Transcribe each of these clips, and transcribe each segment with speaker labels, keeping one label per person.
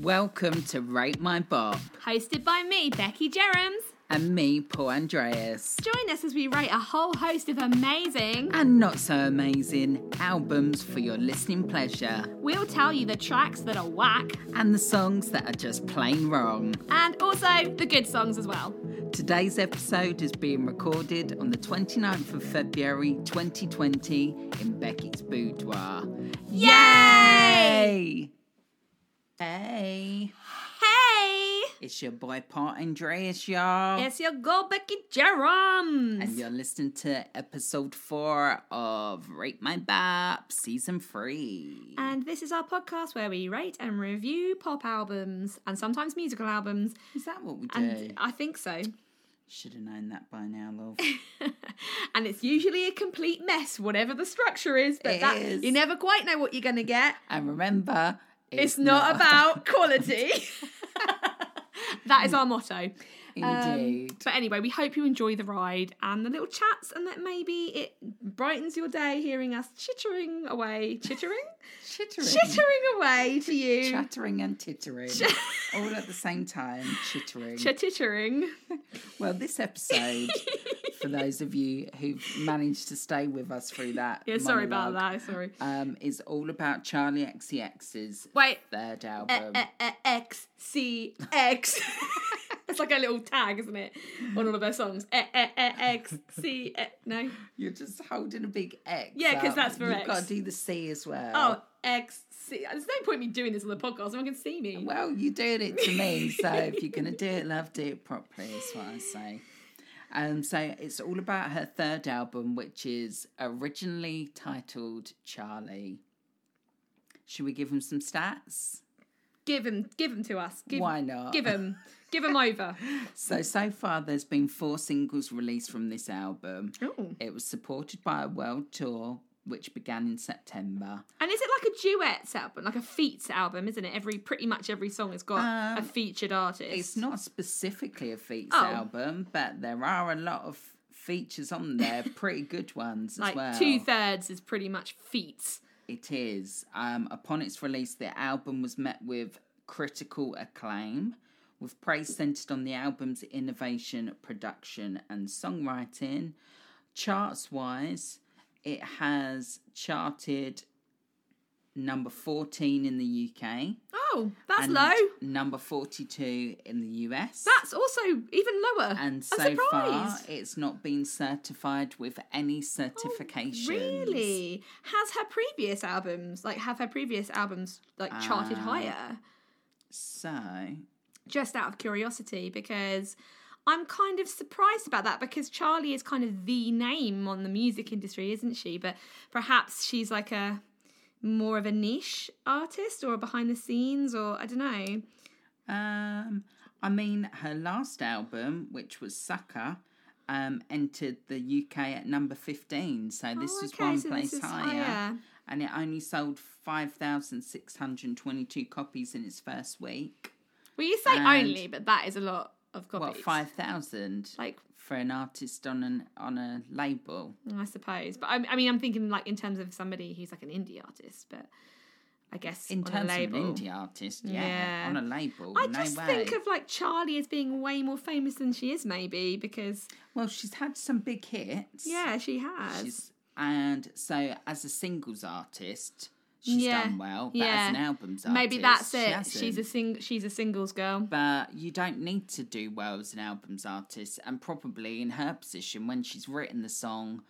Speaker 1: Welcome to Rate My Bop
Speaker 2: hosted by me, Becky Jerems.
Speaker 1: and me, Paul Andreas.
Speaker 2: Join us as we rate a whole host of amazing.
Speaker 1: And not so amazing albums for your listening pleasure
Speaker 2: We'll tell you the tracks that are whack
Speaker 1: and the songs that are just plain wrong.
Speaker 2: and also the good songs as well.
Speaker 1: Today's episode is being recorded on the 29th of February 2020 in Becky's Boudoir. Hey!
Speaker 2: Yay!
Speaker 1: Hey!
Speaker 2: Hey!
Speaker 1: It's your boy, Paul Andreas, y'all.
Speaker 2: It's your girl, Becky
Speaker 1: And
Speaker 2: Jerems.
Speaker 1: you're listening to episode four of Rate My Bap, season three.
Speaker 2: And this is our podcast where we rate and review pop albums and sometimes musical albums.
Speaker 1: Is that what we do?
Speaker 2: And I think so.
Speaker 1: Should have known that by now, love.
Speaker 2: and it's usually a complete mess, whatever the structure is, but
Speaker 1: It
Speaker 2: that
Speaker 1: is.
Speaker 2: you never quite know what you're gonna get.
Speaker 1: and remember,
Speaker 2: It's, not, about quality. that is our motto. Um,
Speaker 1: Indeed.
Speaker 2: but anyway, we hope you enjoy the ride and the little chats, and that maybe it brightens your day hearing us chittering away, chittering,
Speaker 1: chittering.
Speaker 2: chittering away to you,
Speaker 1: Chattering and tittering. all at the same time, chittering.
Speaker 2: chittering.
Speaker 1: well, this episode, for those of you who've managed to stay with us through that.
Speaker 2: Yeah, sorry about
Speaker 1: monologue,
Speaker 2: that. Sorry.
Speaker 1: Um, is all about Charlie XCX's
Speaker 2: Wait,
Speaker 1: third
Speaker 2: Uh,
Speaker 1: album.
Speaker 2: uh, uh, X C X. It's like a little tag, isn't it, on all of their songs? Uh, uh, uh, X C uh, no.
Speaker 1: You're just holding a big X.
Speaker 2: Yeah, 'cause
Speaker 1: up.
Speaker 2: that's for
Speaker 1: You've
Speaker 2: X.
Speaker 1: got to do the C as well.
Speaker 2: Oh, X C. There's no point in me doing this on the podcast. No one can see me.
Speaker 1: Well, you're doing it to me, so if you're going to do it, love, do it properly, is what I say. Um, so it's all about her third album, which is originally titled Charlie. Should we give him some stats?
Speaker 2: Give him, give him to us. Give,
Speaker 1: Why not?
Speaker 2: Give him, give him over.
Speaker 1: So, so far, there's been four singles released from this album.
Speaker 2: Oh.
Speaker 1: It was supported by a world tour, which began in September.
Speaker 2: And is it like a duets album, like a feats album, isn't it? Every pretty much every song has got a
Speaker 1: Um,
Speaker 2: featured artist.
Speaker 1: It's not specifically a feats
Speaker 2: Oh.
Speaker 1: album, but there are a lot of features on there, pretty good ones as
Speaker 2: like
Speaker 1: well.
Speaker 2: two thirds is pretty much feats.
Speaker 1: It is. Um, upon its release, the album was met with critical acclaim, with praise centered on the album's innovation, production, and songwriting. Charts wise, it has charted number 14 in the UK.
Speaker 2: Oh, that's
Speaker 1: and
Speaker 2: low.
Speaker 1: Number 42 in the US.
Speaker 2: That's also even lower.
Speaker 1: and so
Speaker 2: I'm
Speaker 1: far,
Speaker 2: surprised. Oh,
Speaker 1: it's not been certified with any certifications.
Speaker 2: Really? Has her previous albums, like, have her previous albums, like, charted
Speaker 1: Ah.
Speaker 2: higher?
Speaker 1: So,
Speaker 2: Just out of curiosity, because I'm kind of surprised about that because Charlie is kind of the name on the music industry, isn't she? But perhaps she's like a more of a niche artist or behind the scenes or I don't know.
Speaker 1: Um, I mean, her last album, which was Sucker, um, entered the UK at number 15. So this
Speaker 2: Oh,
Speaker 1: was
Speaker 2: okay,
Speaker 1: one
Speaker 2: so this
Speaker 1: place
Speaker 2: is
Speaker 1: higher,
Speaker 2: higher.
Speaker 1: And it only sold 5,622 copies in its first week.
Speaker 2: Well, you say
Speaker 1: And-
Speaker 2: only, but that is a lot of copies.
Speaker 1: What, 5,000?
Speaker 2: Like,
Speaker 1: For an artist on an on a label,
Speaker 2: I suppose. But I, I mean, I'm thinking like in terms of somebody who's like an indie artist, but I guess
Speaker 1: in
Speaker 2: on
Speaker 1: terms
Speaker 2: a
Speaker 1: of an
Speaker 2: label.
Speaker 1: indie artist, yeah,
Speaker 2: Yeah.
Speaker 1: on a label,
Speaker 2: I
Speaker 1: no
Speaker 2: just
Speaker 1: way.
Speaker 2: think of like Charlie as being way more famous than she is, maybe because
Speaker 1: well, she's had some big hits.
Speaker 2: yeah, she has.
Speaker 1: She's and so as a singles artist, she's
Speaker 2: Yeah,
Speaker 1: done well. But
Speaker 2: yeah.
Speaker 1: as an albums artist,
Speaker 2: maybe that's
Speaker 1: she
Speaker 2: it. She's a
Speaker 1: hasn't.
Speaker 2: sing. She's a singles girl.
Speaker 1: But you don't need to do well as an albums artist, and probably in her position, when she's written the song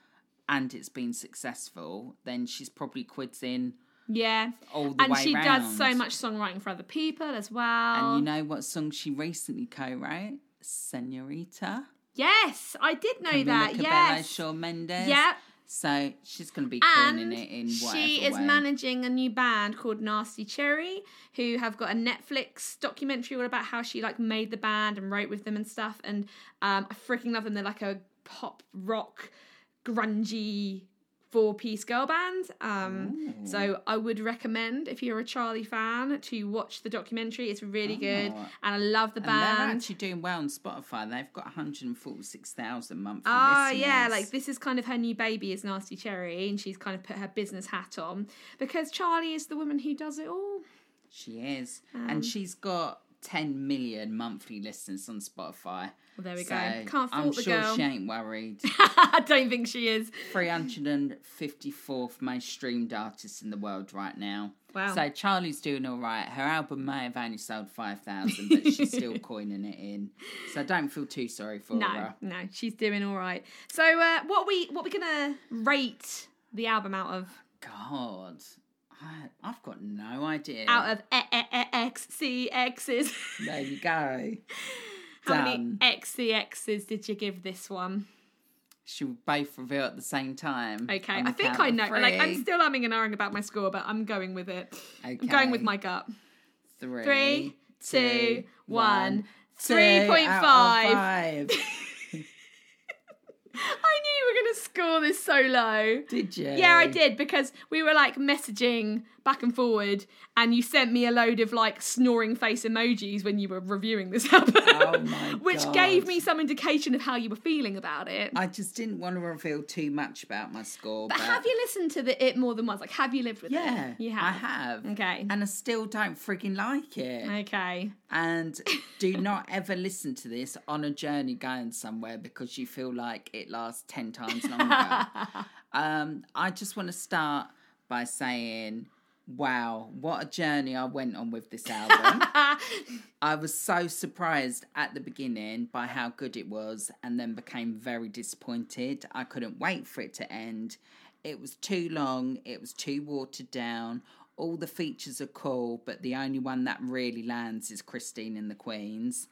Speaker 1: and it's been successful, then she's probably quizzing
Speaker 2: Yeah,
Speaker 1: all the
Speaker 2: and
Speaker 1: way
Speaker 2: she does so
Speaker 1: round.
Speaker 2: much songwriting for other people as well.
Speaker 1: And you know what song she recently co-wrote? Senorita.
Speaker 2: yes, I did know that.
Speaker 1: Camila Cabello,
Speaker 2: Yes.
Speaker 1: Shawn Mendes.
Speaker 2: Yep,
Speaker 1: So she's going to be
Speaker 2: and
Speaker 1: cornering it in whatever
Speaker 2: she is
Speaker 1: way.
Speaker 2: managing a new band called Nasty Cherry, who have got a Netflix documentary all about how she like made the band and wrote with them and stuff. And um, I freaking love them. They're like a pop rock, grungy four piece girl band. Um,
Speaker 1: Ooh.
Speaker 2: so I would recommend if you're a Charlie fan to watch the documentary. It's really good, and
Speaker 1: Oh.
Speaker 2: I love the
Speaker 1: And they're
Speaker 2: band.
Speaker 1: actually doing well on Spotify. They've got 146,000 monthly
Speaker 2: Oh
Speaker 1: listeners.
Speaker 2: yeah, like this is kind of her new baby is Nasty Cherry, and she's kind of put her business hat on because Charlie is the woman who does it all.
Speaker 1: She is.
Speaker 2: Um,
Speaker 1: and she's got 10 million monthly listens on Spotify.
Speaker 2: Well, there we
Speaker 1: so
Speaker 2: go. Can't fault
Speaker 1: I'm
Speaker 2: the
Speaker 1: sure
Speaker 2: girl.
Speaker 1: she ain't worried.
Speaker 2: I don't think she is.
Speaker 1: 354th most streamed artist in the world right now.
Speaker 2: Wow.
Speaker 1: So Charlie's doing all right. Her album may have only sold 5,000, but she's still coining it in. So don't feel too sorry for
Speaker 2: no,
Speaker 1: her.
Speaker 2: no, she's doing all right. So, uh, what we what we gonna rate the album out of?
Speaker 1: God, I, I've got no idea.
Speaker 2: Out of e- e- e- X C X's.
Speaker 1: There you go.
Speaker 2: How many
Speaker 1: Done.
Speaker 2: X C X's did you give this one?
Speaker 1: Should we both reveal at the same time?
Speaker 2: Okay,
Speaker 1: on
Speaker 2: I
Speaker 1: the
Speaker 2: think
Speaker 1: count
Speaker 2: I
Speaker 1: of
Speaker 2: know. Like, I'm
Speaker 1: three?
Speaker 2: still umming and ahhing about my score, but I'm going with it. I'm going with
Speaker 1: Okay.
Speaker 2: my gut.
Speaker 1: Three,
Speaker 2: Three, two, one.
Speaker 1: two
Speaker 2: Three point
Speaker 1: out of
Speaker 2: five.
Speaker 1: five.
Speaker 2: I knew you were going to score this so low.
Speaker 1: Did you?
Speaker 2: Yeah, I did because we were like messaging back and forward, and you sent me a load of like snoring face emojis when you were reviewing this album,
Speaker 1: Oh my
Speaker 2: which
Speaker 1: God.
Speaker 2: gave me some indication of how you were feeling about it.
Speaker 1: I just didn't want to reveal too much about my score.
Speaker 2: but have you listened to the it more than once? Like, have you lived with
Speaker 1: Yeah,
Speaker 2: it?
Speaker 1: I
Speaker 2: You have.
Speaker 1: have.
Speaker 2: Okay.
Speaker 1: And I still don't frigging like it.
Speaker 2: okay.
Speaker 1: And do not ever listen to this on a journey going somewhere because you feel like it lasts 10 times longer. um, I just want to start by saying, wow, what a journey I went on with this album. I was so surprised at the beginning by how good it was and then became very disappointed. I couldn't wait for it to end. It was too long, it was too watered down. All the features are cool, but the only one that really lands is Christine and the Queens.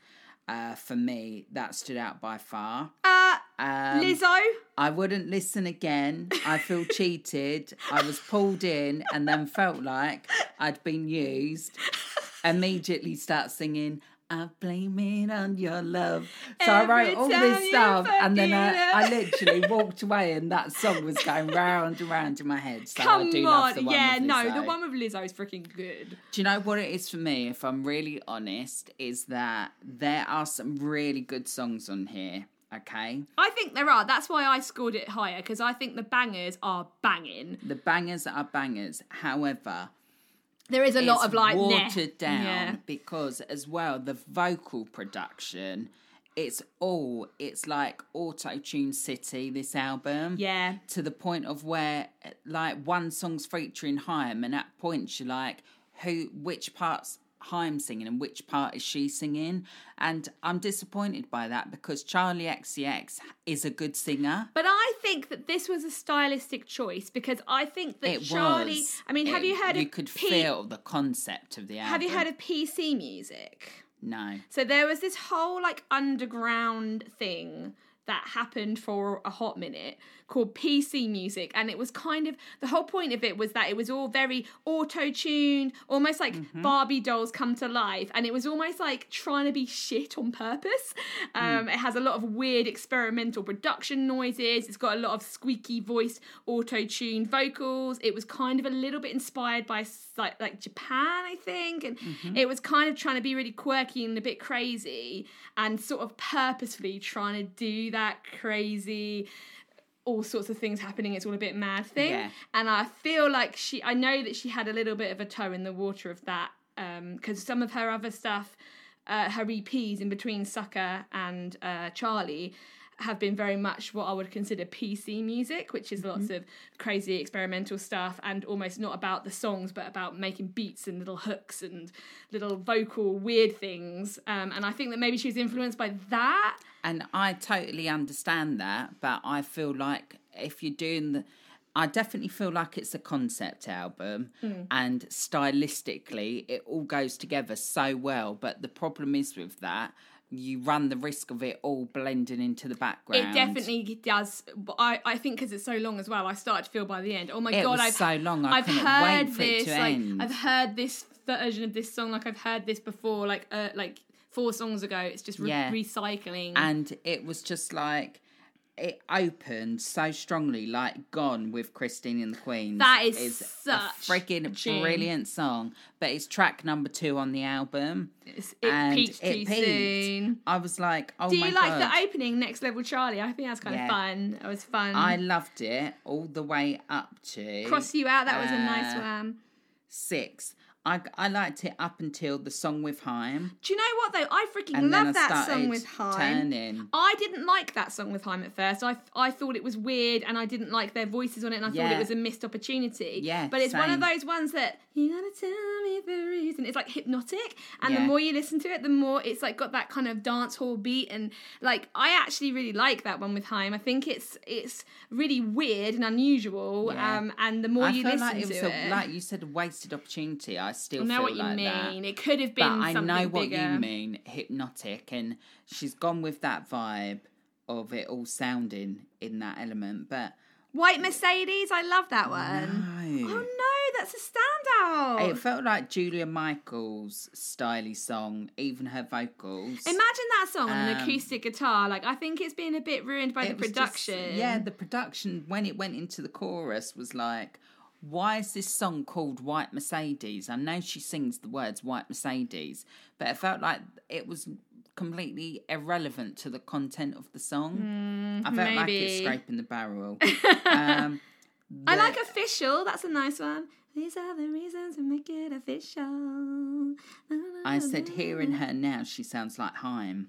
Speaker 1: Uh, for me, that stood out by far.
Speaker 2: Uh,
Speaker 1: Um,
Speaker 2: Lizzo.
Speaker 1: I wouldn't listen again. I feel cheated. I was pulled in and then felt like I'd been used. Immediately start singing, I blame it on your love. So I
Speaker 2: Every
Speaker 1: wrote all
Speaker 2: time
Speaker 1: this
Speaker 2: you
Speaker 1: stuff and then I, I
Speaker 2: fucking-
Speaker 1: literally walked away and that song was going round and round in my head. So I
Speaker 2: Come
Speaker 1: do love the
Speaker 2: on.
Speaker 1: one
Speaker 2: Yeah,
Speaker 1: with
Speaker 2: no, the
Speaker 1: Lizzo.
Speaker 2: one with Lizzo is freaking good.
Speaker 1: Do you know what it is for me, if I'm really honest, is that there are some really good songs on here, okay?
Speaker 2: I think there are. That's why I scored it higher because I think the bangers are banging.
Speaker 1: The bangers are bangers. However,
Speaker 2: There is a lot
Speaker 1: it's
Speaker 2: of like meh.
Speaker 1: watered down
Speaker 2: Yeah.
Speaker 1: because as well the vocal production it's all it's like auto tune city this album
Speaker 2: Yeah.
Speaker 1: to the point of where like one song's featuring Haim and at points you're like who which part's Haim singing and which part is she singing and I'm disappointed by that because Charlie XCX is a good singer
Speaker 2: But I think that this was a stylistic choice because I think that
Speaker 1: it
Speaker 2: Charlie.
Speaker 1: was
Speaker 2: I mean, have
Speaker 1: It-
Speaker 2: you heard
Speaker 1: you
Speaker 2: of
Speaker 1: could
Speaker 2: P-
Speaker 1: feel the concept of the album
Speaker 2: Have you heard of PC music?
Speaker 1: no
Speaker 2: So there was this whole like underground thing that happened for a hot minute called PC music and it was kind of the whole point of it was that it was all very auto-tuned almost like Barbie dolls come to life and it was almost like trying to be shit on purpose um, it has a lot of weird experimental production noises it's got a lot of squeaky voiced auto-tuned vocals it was kind of a little bit inspired by s- like, like Japan I think and it was kind of trying to be really quirky and a bit crazy and sort of purposefully trying to do that crazy all sorts of things happening it's all a bit mad thing
Speaker 1: Yeah.
Speaker 2: and i feel like she i know that she had a little bit of a toe in the water of that because some of her other stuff uh, her eps in between sucker and uh, charlie have been very much what i would consider pc music which is lots of crazy experimental stuff and almost not about the songs but about making beats and little hooks and little vocal weird things um, and i think that maybe she was influenced by that
Speaker 1: And I totally understand that, but I feel like if you're doing the I definitely feel like it's a concept album
Speaker 2: Hmm.
Speaker 1: and stylistically it all goes together so well, but the problem is with that you run the risk of it all blending into the background.
Speaker 2: It definitely does. But I, I think because it's so long as well, I started to feel by the end. Oh my
Speaker 1: It
Speaker 2: god,
Speaker 1: was
Speaker 2: I've
Speaker 1: so long, I
Speaker 2: I've
Speaker 1: couldn't
Speaker 2: heard
Speaker 1: wait for it
Speaker 2: this.
Speaker 1: to
Speaker 2: like
Speaker 1: end.
Speaker 2: I've heard this version of this song. Like I've heard this before. Like uh, like four songs ago. It's just re-
Speaker 1: Yeah.
Speaker 2: recycling.
Speaker 1: and it was just like it opened so strongly, like "Gone" with Christine and the Queens.
Speaker 2: That is
Speaker 1: a
Speaker 2: such a
Speaker 1: freaking
Speaker 2: tune.
Speaker 1: brilliant song, but it's track number two on the album.
Speaker 2: It's- it peaked too soon.
Speaker 1: I was like, "Oh
Speaker 2: Do
Speaker 1: my
Speaker 2: you like
Speaker 1: god!"
Speaker 2: the opening, Next Level Charlie? I think that's kind
Speaker 1: Yeah.
Speaker 2: of fun. It was fun.
Speaker 1: I loved it all the way up to
Speaker 2: Cross you out. That was a nice
Speaker 1: Uh,
Speaker 2: one.
Speaker 1: six. I, I liked it up until the song with Haim,
Speaker 2: Do you know what though? I freaking
Speaker 1: and then
Speaker 2: love
Speaker 1: I
Speaker 2: that
Speaker 1: started
Speaker 2: song with Heim.
Speaker 1: turning.
Speaker 2: I didn't like that song with Heim at first. I I thought it was weird, and I didn't like their voices on it, and I thought it
Speaker 1: Yeah.
Speaker 2: was a missed opportunity.
Speaker 1: Yeah,
Speaker 2: but it's one
Speaker 1: same.
Speaker 2: of those ones that you gotta tell me the reason. It's like hypnotic, and the
Speaker 1: Yeah.
Speaker 2: more you listen to it, the more it's like got that kind of dance hall beat, and like I actually really like that one with Heim. I think it's it's really weird and unusual.
Speaker 1: Yeah.
Speaker 2: Um, and the more
Speaker 1: I
Speaker 2: you
Speaker 1: feel
Speaker 2: listen
Speaker 1: like it was
Speaker 2: to
Speaker 1: a,
Speaker 2: it,
Speaker 1: like you said, a wasted opportunity. I still
Speaker 2: I know
Speaker 1: feel
Speaker 2: what you
Speaker 1: like that.
Speaker 2: mean. It could have
Speaker 1: but
Speaker 2: been
Speaker 1: I
Speaker 2: something
Speaker 1: know what
Speaker 2: bigger.
Speaker 1: you mean, hypnotic, and she's gone with that vibe of it all sounding in that element. But
Speaker 2: White Mercedes, I love that one. Oh
Speaker 1: no,
Speaker 2: no, that's a standout.
Speaker 1: it felt like Julia Michaels' styly song, even her vocals.
Speaker 2: Imagine that song on an
Speaker 1: Um,
Speaker 2: acoustic guitar. Like I think it's been a bit ruined by the
Speaker 1: It was just-
Speaker 2: production.
Speaker 1: yeah, the production when it went into the chorus was like. Why is this song called White Mercedes? I know she sings the words White Mercedes, but it felt like it was completely irrelevant to the content of the song. I felt like it's
Speaker 2: Hmm, maybe.
Speaker 1: scraping the barrel. Um,
Speaker 2: I
Speaker 1: the-
Speaker 2: like official. That's a nice one. These are the reasons we make it official. Oh,
Speaker 1: I said, hearing her now, she sounds like Haim.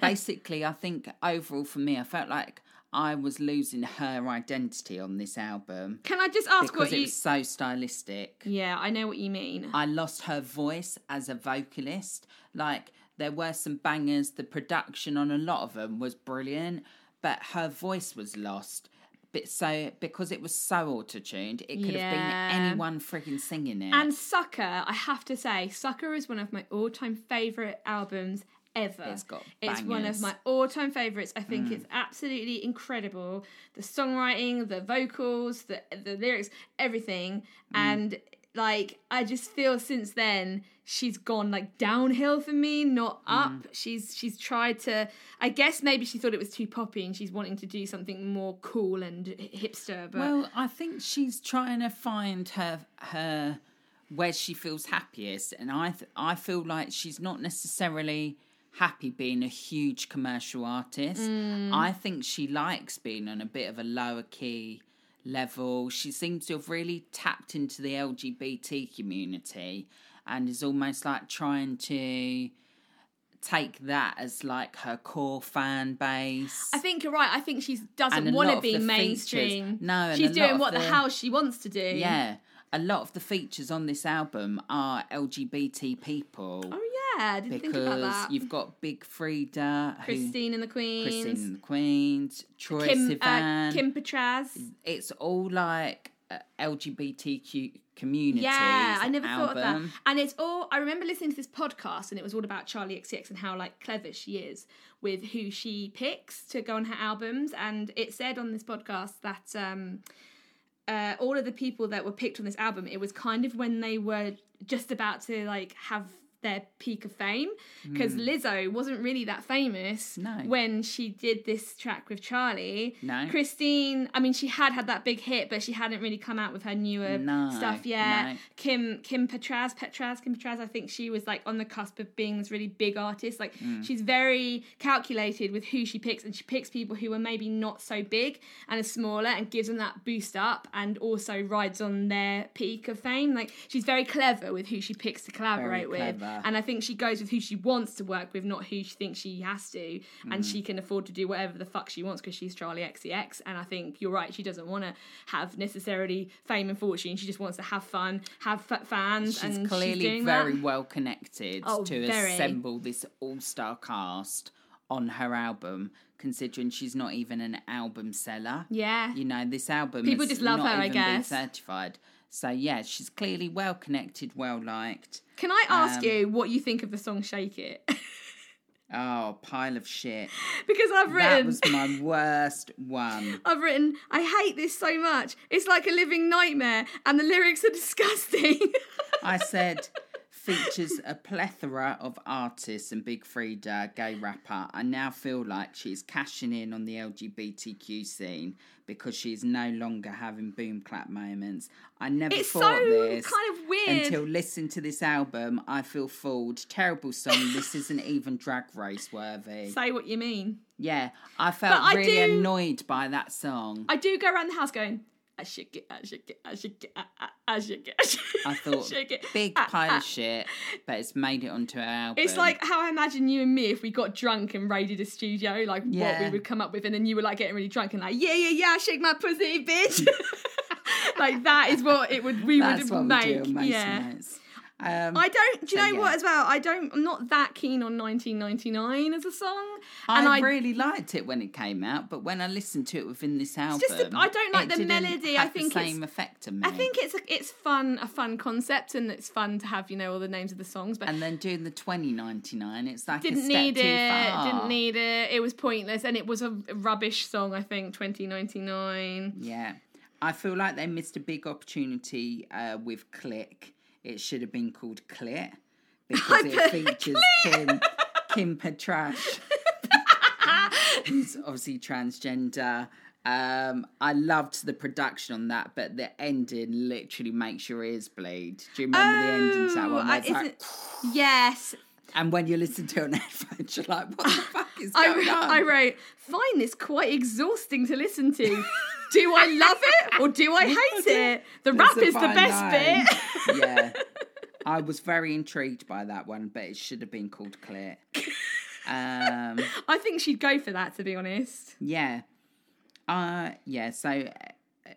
Speaker 1: Basically, I think overall for me, I felt like I was losing her identity on this album
Speaker 2: Can I just ask
Speaker 1: because
Speaker 2: what
Speaker 1: it
Speaker 2: you?
Speaker 1: was so stylistic.
Speaker 2: Yeah, I know what you mean.
Speaker 1: I lost her voice as a vocalist. Like there were some bangers. The production on a lot of them was brilliant, but her voice was lost. But so because it was so auto tuned, it could have
Speaker 2: Yeah.
Speaker 1: been anyone freaking singing it.
Speaker 2: and Sucker, I have to say, Sucker is one of my all-time favorite albums ever.
Speaker 1: it's got
Speaker 2: It's one of
Speaker 1: bangers. Mm.
Speaker 2: my all time favourites. I think it's absolutely incredible. The songwriting, the vocals, the the lyrics, everything.
Speaker 1: Mm.
Speaker 2: And like I just feel since then she's gone like downhill for me, not
Speaker 1: Mm.
Speaker 2: up. She's she's tried to I guess maybe she thought it was too poppy and she's wanting to do something more cool and hipster, but
Speaker 1: Well, I think she's trying to find her her where she feels happiest, and I th- I feel like she's not necessarily happy being a huge commercial artist. I think she likes being on a bit of a lower key level. She seems to have really tapped into the LGBT community and is almost like trying to take that as like her core fan base.
Speaker 2: I think you're right. I think she doesn't
Speaker 1: a
Speaker 2: want
Speaker 1: lot
Speaker 2: to
Speaker 1: of
Speaker 2: be
Speaker 1: the features-
Speaker 2: mainstream.
Speaker 1: No, and
Speaker 2: she's
Speaker 1: a lot
Speaker 2: doing
Speaker 1: of
Speaker 2: what the,
Speaker 1: the-
Speaker 2: hell she wants to do.
Speaker 1: Yeah. A lot of the features on this album are LGBT people
Speaker 2: Oh yeah, I didn't think about
Speaker 1: because
Speaker 2: that.
Speaker 1: you've got Big Frida, who-
Speaker 2: Christine and the Queens.
Speaker 1: Christine and the Queens, Troy
Speaker 2: Kim,
Speaker 1: Sivan.
Speaker 2: uh, Kim Petras.
Speaker 1: It's all like uh, LGBTQ community.
Speaker 2: Yeah, I never
Speaker 1: album.
Speaker 2: thought of that. And it's all, I remember listening to this podcast and it was all about Charlie XCX and how like clever she is with who she picks to go on her albums. And it said on this podcast that um, uh, all of the people that were picked on this album, it was kind of when they were just about to like have their peak of fame because Lizzo wasn't really that famous
Speaker 1: Hmm. No.
Speaker 2: when she did this track with Charlie.
Speaker 1: No.
Speaker 2: Christine, I mean, she had had that big hit, but she hadn't really come out with her newer
Speaker 1: No,
Speaker 2: stuff yet.
Speaker 1: no.
Speaker 2: Kim Kim Petras, Petras, Kim Petras. I think she was like on the cusp of being this really big artist. Like she's very calculated with who she picks, and she picks people who are maybe not so big and are smaller, and gives them that boost up, and also rides on their peak of fame. Like she's very clever with who she picks to collaborate with,
Speaker 1: clever.
Speaker 2: and I think she goes with who she wants to work with, not who she thinks she has to, and
Speaker 1: Mm.
Speaker 2: she can afford to do whatever the fuck she wants because she's Charlie XCX. And I think you're right; she doesn't want to have necessarily fame and fortune. She just wants to have fun, have f- fans,
Speaker 1: She's
Speaker 2: and
Speaker 1: clearly
Speaker 2: she's doing
Speaker 1: very
Speaker 2: that.
Speaker 1: well connected
Speaker 2: Oh,
Speaker 1: to
Speaker 2: very.
Speaker 1: assemble this all star cast on her album, considering she's not even an album seller.
Speaker 2: Yeah,
Speaker 1: you know this album
Speaker 2: People
Speaker 1: has
Speaker 2: just love
Speaker 1: not
Speaker 2: her, I
Speaker 1: even been
Speaker 2: guess.
Speaker 1: certified so yeah she's clearly well connected well liked
Speaker 2: Can I ask
Speaker 1: Um,
Speaker 2: you what you think of the song "Shake It"?
Speaker 1: oh pile of shit
Speaker 2: because I've
Speaker 1: that
Speaker 2: written,
Speaker 1: was my worst one
Speaker 2: I've written, I hate this so much. It's like a living nightmare, and the lyrics are disgusting.
Speaker 1: i said features a plethora of artists and big frida gay rapper i now feel like she's cashing in on the lgbtq scene because she's no longer having boom clap moments i never
Speaker 2: it's so
Speaker 1: thought this
Speaker 2: kind of weird.
Speaker 1: until listen to this album i feel fooled terrible song this isn't even drag race worthy
Speaker 2: Say what you mean.
Speaker 1: yeah i felt
Speaker 2: But I
Speaker 1: really
Speaker 2: do-
Speaker 1: annoyed by that song
Speaker 2: I do go around the house going, I should get, I should get, I should get, I, I, as you get.
Speaker 1: I thought,
Speaker 2: Shake it.
Speaker 1: Big
Speaker 2: Ah,
Speaker 1: pile
Speaker 2: ah.
Speaker 1: of shit, but it's made it onto our album.
Speaker 2: It's like how I imagine you and me if we got drunk and raided a studio, like what we
Speaker 1: Yeah.
Speaker 2: would come up with, and then you were like getting really drunk and like, yeah, yeah, yeah, shake my pussy, bitch. like that is what it would we
Speaker 1: that's
Speaker 2: would
Speaker 1: what
Speaker 2: make.
Speaker 1: we do on most
Speaker 2: yeah.
Speaker 1: nights. Um,
Speaker 2: I don't. Do you
Speaker 1: So,
Speaker 2: know
Speaker 1: yeah.
Speaker 2: what? As well, I don't. I'm not that keen on 1999 as a song, and
Speaker 1: I,
Speaker 2: I.
Speaker 1: really liked it when it came out, but when I listened to it within this album,
Speaker 2: just the- I don't like
Speaker 1: it
Speaker 2: the
Speaker 1: didn't
Speaker 2: melody.
Speaker 1: have
Speaker 2: I think
Speaker 1: the
Speaker 2: it's-
Speaker 1: same effect on me.
Speaker 2: I think it's a, it's fun a fun concept and it's fun to have you know all the names of the songs but
Speaker 1: and then doing the twenty ninety nine, it's like a
Speaker 2: didn't
Speaker 1: step
Speaker 2: need
Speaker 1: too
Speaker 2: it
Speaker 1: far.
Speaker 2: didn't need it it was pointless and it was a rubbish song I think 2099
Speaker 1: Yeah, I feel like they missed a big opportunity uh, with Click. It should have been called Clit because it features Kim Kim Petrash, who's obviously transgender. Um, I loved the production on that, but the ending literally makes your ears bleed. Do you remember the ending to that one? where
Speaker 2: I-
Speaker 1: it's like,
Speaker 2: isn't- Oh, yes.
Speaker 1: and when you listen to it on headphones, you're like, "What the fuck is
Speaker 2: I,
Speaker 1: going on?"
Speaker 2: I wrote, find this quite exhausting to listen to. do I love it or do I hate it? The
Speaker 1: That's
Speaker 2: rap
Speaker 1: a
Speaker 2: is the
Speaker 1: fine
Speaker 2: best
Speaker 1: line.
Speaker 2: bit.
Speaker 1: yeah. I was very intrigued by that one, but it should have been called Clear. Um,
Speaker 2: I think she'd go for that, to be honest.
Speaker 1: yeah. Uh, yeah, so uh,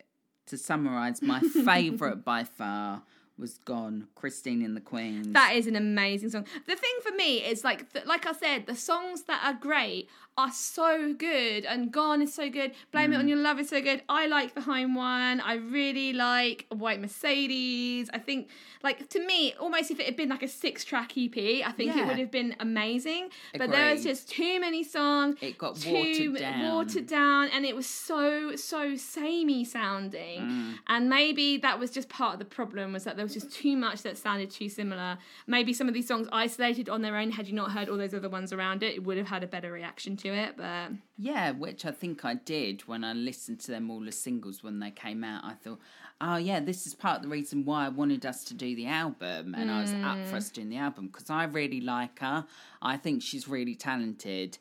Speaker 1: to summarise, my favourite by far was Gone, Christine and the Queens.
Speaker 2: That is an amazing song. The thing for me is like, th- like I said, the songs that are great are so good, and Gone is so good. Blame
Speaker 1: Mm.
Speaker 2: It on Your Love is so good. I like the Home One. I really like White Mercedes. I think, like to me, almost if it had been like a six-track EP, I think it
Speaker 1: Yeah.
Speaker 2: would have been amazing. But there was
Speaker 1: Agreed.
Speaker 2: just too many songs.
Speaker 1: It got
Speaker 2: too
Speaker 1: watered down.
Speaker 2: watered down, and it was so so samey sounding.
Speaker 1: Mm.
Speaker 2: And maybe that was just part of the problem was that there was just too much that sounded too similar. Maybe some of these songs isolated on their own, had you not heard all those other ones around it, it would have had a better reaction to it. But
Speaker 1: Yeah, which I think I did when I listened to them all as singles when they came out. I thought, oh yeah, this is part of the reason why I wanted us to do the album, and I was up for us
Speaker 2: Mm.
Speaker 1: doing the album because I really like her. I think she's really talented,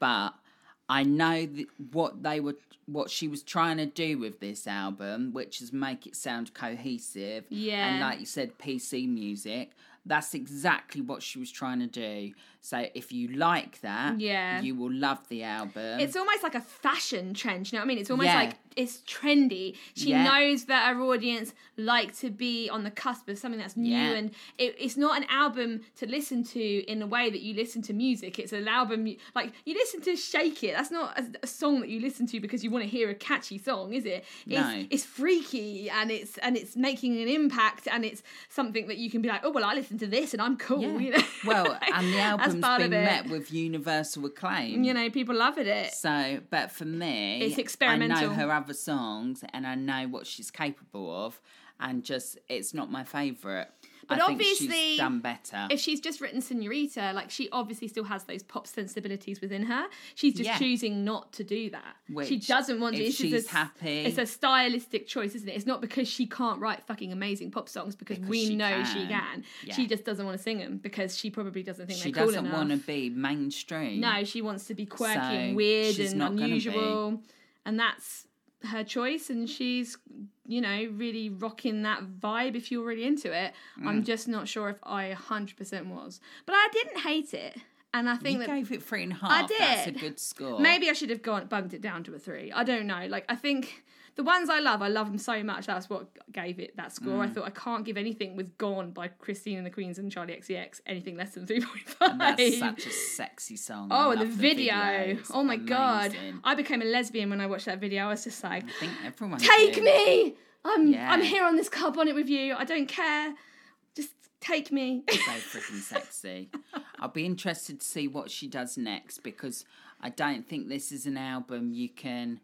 Speaker 1: but I know th- what they were, what she was trying to do with this album, which is make it sound cohesive. and
Speaker 2: Yeah.
Speaker 1: like you said, PC music. That's exactly what she was trying to do. So if you like that,
Speaker 2: Yeah.
Speaker 1: you will love the album.
Speaker 2: it's almost like a fashion trend, you know what I mean? It's almost
Speaker 1: Yeah.
Speaker 2: like it's trendy. She
Speaker 1: Yeah.
Speaker 2: knows that her audience like to be on the cusp of something that's new,
Speaker 1: Yeah.
Speaker 2: and it, it's not an album to listen to in the way that you listen to music. It's an album you, like you listen to "Shake It." That's not a, a song that you listen to because you want to hear a catchy song, is it? It's,
Speaker 1: No.
Speaker 2: it's freaky and it's and it's making an impact and it's something that you can be like, oh well, I listen to this and I'm cool.
Speaker 1: Yeah.
Speaker 2: You know?
Speaker 1: well,
Speaker 2: Like,
Speaker 1: and the
Speaker 2: that's
Speaker 1: album's
Speaker 2: part
Speaker 1: been
Speaker 2: of it.
Speaker 1: met with universal acclaim.
Speaker 2: You know, people loved it.
Speaker 1: So, but for me,
Speaker 2: It's
Speaker 1: I
Speaker 2: experimental.
Speaker 1: know her other songs, and I know what she's capable of, and just it's not my favourite.
Speaker 2: But
Speaker 1: I think
Speaker 2: obviously,
Speaker 1: she's done better.
Speaker 2: if she's just written Senorita, like she obviously still has those pop sensibilities within her. She's just
Speaker 1: Yeah.
Speaker 2: choosing not to do that. she
Speaker 1: Which,
Speaker 2: doesn't want to.
Speaker 1: if
Speaker 2: It's just a
Speaker 1: she's
Speaker 2: s-
Speaker 1: happy-
Speaker 2: It's a stylistic choice, isn't it? It's not because she can't write fucking amazing pop songs because,
Speaker 1: Because
Speaker 2: we
Speaker 1: she
Speaker 2: know she
Speaker 1: can.
Speaker 2: can.
Speaker 1: Yeah.
Speaker 2: She just doesn't want to sing them because she probably doesn't think
Speaker 1: she
Speaker 2: they're cool
Speaker 1: doesn't
Speaker 2: enough.
Speaker 1: want to be mainstream.
Speaker 2: No, she wants to be quirky and
Speaker 1: So
Speaker 2: weird
Speaker 1: she's
Speaker 2: and
Speaker 1: not gonna be.
Speaker 2: unusual, and that's her choice. And she's, you know, really rocking that vibe. If you're really into it,
Speaker 1: Mm.
Speaker 2: I'm just not sure if I 100% was, but I didn't hate it, and I think
Speaker 1: you
Speaker 2: that
Speaker 1: gave it three and a half. That's a
Speaker 2: did.
Speaker 1: good score.
Speaker 2: maybe I should have gone bumped it down to a three. I don't know. Like I think the ones I love, I love them so much. That's what gave it that score.
Speaker 1: Mm.
Speaker 2: I thought I can't give anything with "Gone" by Christine and the Queens and Charlie XCX anything less than three point five.
Speaker 1: That's such a sexy song. I
Speaker 2: Oh, and the
Speaker 1: love
Speaker 2: video.
Speaker 1: It's
Speaker 2: Oh my god.
Speaker 1: amazing.
Speaker 2: I became a lesbian when I watched that video. I was just like,
Speaker 1: I think everyone.
Speaker 2: take
Speaker 1: did.
Speaker 2: me! I'm
Speaker 1: Yeah.
Speaker 2: I'm here on this car bonnet with you. I don't care. Just take me.
Speaker 1: so freaking sexy. I'll be interested to see what she does next because I don't think this is an album you can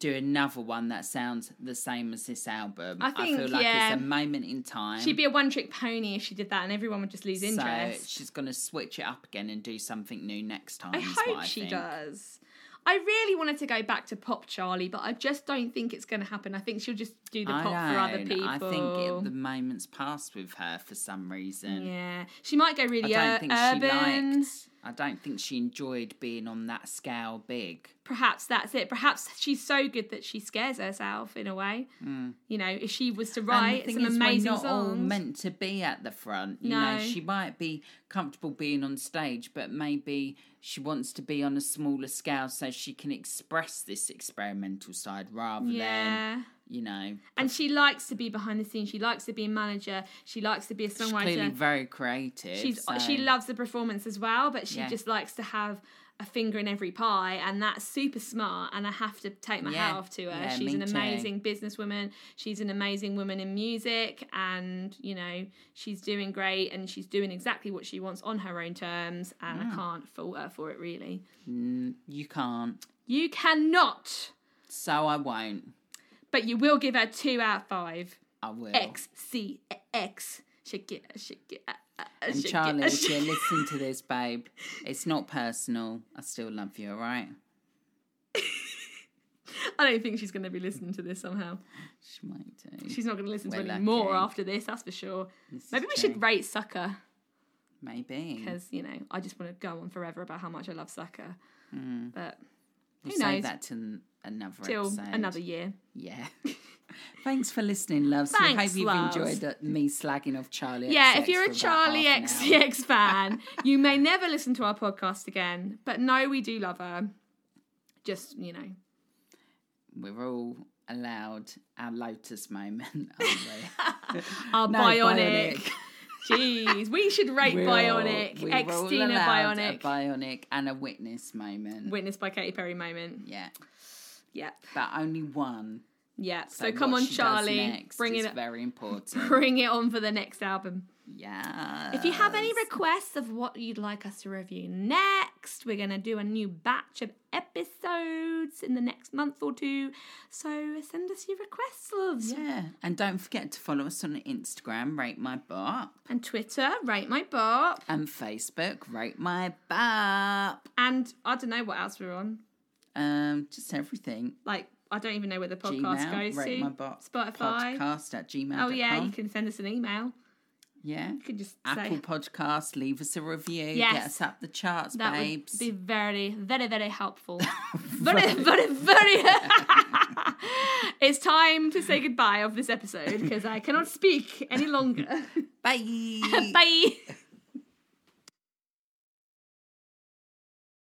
Speaker 1: do another one that sounds the same as this album.
Speaker 2: I think,
Speaker 1: feel like
Speaker 2: yeah.
Speaker 1: it's a moment in time.
Speaker 2: She'd be a one trick pony if she did that and everyone would just lose
Speaker 1: so
Speaker 2: interest.
Speaker 1: she's going to switch it up again and do something new next time.
Speaker 2: I
Speaker 1: is what
Speaker 2: hope
Speaker 1: I
Speaker 2: she
Speaker 1: think.
Speaker 2: does. I really wanted to go back to Pop Charlie, but I just don't think it's going to happen. I think she'll just do the
Speaker 1: I
Speaker 2: pop for other
Speaker 1: don't.
Speaker 2: people.
Speaker 1: I think it, the moment's passed with her for some reason.
Speaker 2: yeah, she might go
Speaker 1: I
Speaker 2: really
Speaker 1: don't
Speaker 2: ur-
Speaker 1: think
Speaker 2: urban.
Speaker 1: she liked I don't think she enjoyed being on that scale big.
Speaker 2: Perhaps that's it. Perhaps she's so good that she scares herself in a way.
Speaker 1: Mm.
Speaker 2: You know, if she was to
Speaker 1: And the
Speaker 2: write
Speaker 1: thing
Speaker 2: some
Speaker 1: is,
Speaker 2: amazing
Speaker 1: we're not all
Speaker 2: songs,
Speaker 1: meant to be at the front. You know,
Speaker 2: No.
Speaker 1: she might be comfortable being on stage, but maybe she wants to be on a smaller scale so she can express this experimental side rather than
Speaker 2: yeah.
Speaker 1: you know.
Speaker 2: And she likes to be behind the scenes. She likes to be a manager. She likes to be a
Speaker 1: She's clearly
Speaker 2: songwriter.
Speaker 1: very creative.
Speaker 2: She's uh,
Speaker 1: so-
Speaker 2: she loves the performance as well, but she
Speaker 1: um, Yeah.
Speaker 2: just likes to have a finger in every pie, and that's super smart. And I have to take my hat
Speaker 1: Yeah.
Speaker 2: off to her.
Speaker 1: Yeah,
Speaker 2: she's
Speaker 1: me
Speaker 2: an
Speaker 1: too.
Speaker 2: amazing businesswoman. She's an amazing woman in music, and you know she's doing great, and she's doing exactly what she wants on her own terms. And I can't fault her for it, really.
Speaker 1: Mm, you can't,
Speaker 2: You cannot,
Speaker 1: so I won't.
Speaker 2: but you will give her two out of five.
Speaker 1: I will.
Speaker 2: X C X. Shake it, shake it. uh, uh,
Speaker 1: And
Speaker 2: shake it,
Speaker 1: Charlie,
Speaker 2: uh,
Speaker 1: if you
Speaker 2: shake-
Speaker 1: listen to this, babe, it's not personal. I still love you, all right?
Speaker 2: I don't think she's going to be listening to this somehow.
Speaker 1: She might do.
Speaker 2: She's not going to listen to
Speaker 1: We're
Speaker 2: any more
Speaker 1: lucky.
Speaker 2: after this, that's for sure.
Speaker 1: This is
Speaker 2: Maybe we
Speaker 1: true.
Speaker 2: should rate Sucker
Speaker 1: Maybe.
Speaker 2: because, you know, I just want to go on forever about how much I love Sucker.
Speaker 1: Mm.
Speaker 2: But
Speaker 1: We'll
Speaker 2: who
Speaker 1: save
Speaker 2: knows?
Speaker 1: that to another
Speaker 2: till
Speaker 1: episode.
Speaker 2: another year.
Speaker 1: Yeah. Thanks for listening, loves. We
Speaker 2: Thanks,
Speaker 1: hope you've
Speaker 2: loves.
Speaker 1: enjoyed uh, me slagging off Charlie.
Speaker 2: Yeah,
Speaker 1: XX
Speaker 2: if you're
Speaker 1: for
Speaker 2: a
Speaker 1: about
Speaker 2: Charlie
Speaker 1: half an hour.
Speaker 2: XCX fan, you may never listen to our podcast again. But no, we do love her. Just, you know,
Speaker 1: we're all allowed our Lotus moment, aren't we?
Speaker 2: our
Speaker 1: No,
Speaker 2: bionic. Jeez, we should rate
Speaker 1: We're all-
Speaker 2: Bionic,
Speaker 1: we're
Speaker 2: ex
Speaker 1: all
Speaker 2: Tina
Speaker 1: allowed
Speaker 2: Bionic,
Speaker 1: a bionic, and a witness moment.
Speaker 2: witnessed by Katy Perry moment.
Speaker 1: yeah,
Speaker 2: Yep,
Speaker 1: but only one.
Speaker 2: yep. So,
Speaker 1: So
Speaker 2: come
Speaker 1: what
Speaker 2: on,
Speaker 1: she does
Speaker 2: Charlie,
Speaker 1: next
Speaker 2: bring
Speaker 1: is
Speaker 2: it, up,
Speaker 1: Very important.
Speaker 2: bring it on for the next album.
Speaker 1: Yeah.
Speaker 2: If you have any requests of what you'd like us to review next, we're gonna do a new batch of episodes in the next month or two. So send us your requests, loves,
Speaker 1: Yeah, and don't forget to follow us on Instagram, rate my bop,
Speaker 2: and Twitter, rate my bop,
Speaker 1: and Facebook, rate my bop.
Speaker 2: and I don't know what else we're on.
Speaker 1: Um, just everything.
Speaker 2: Like I don't even know where the podcast
Speaker 1: Gmail,
Speaker 2: goes
Speaker 1: rate
Speaker 2: to.
Speaker 1: my bop.
Speaker 2: Spotify.
Speaker 1: Podcast at gmail.com.
Speaker 2: Oh yeah, you can send us an email.
Speaker 1: Yeah.
Speaker 2: You can just
Speaker 1: Apple
Speaker 2: say
Speaker 1: Podcast, leave us a review. Get
Speaker 2: Yes.
Speaker 1: us up the charts,
Speaker 2: that
Speaker 1: babes.
Speaker 2: would be very, very, very helpful. very, very, very. it's time to say goodbye of this episode because I cannot speak any longer.
Speaker 1: Bye.
Speaker 2: Bye.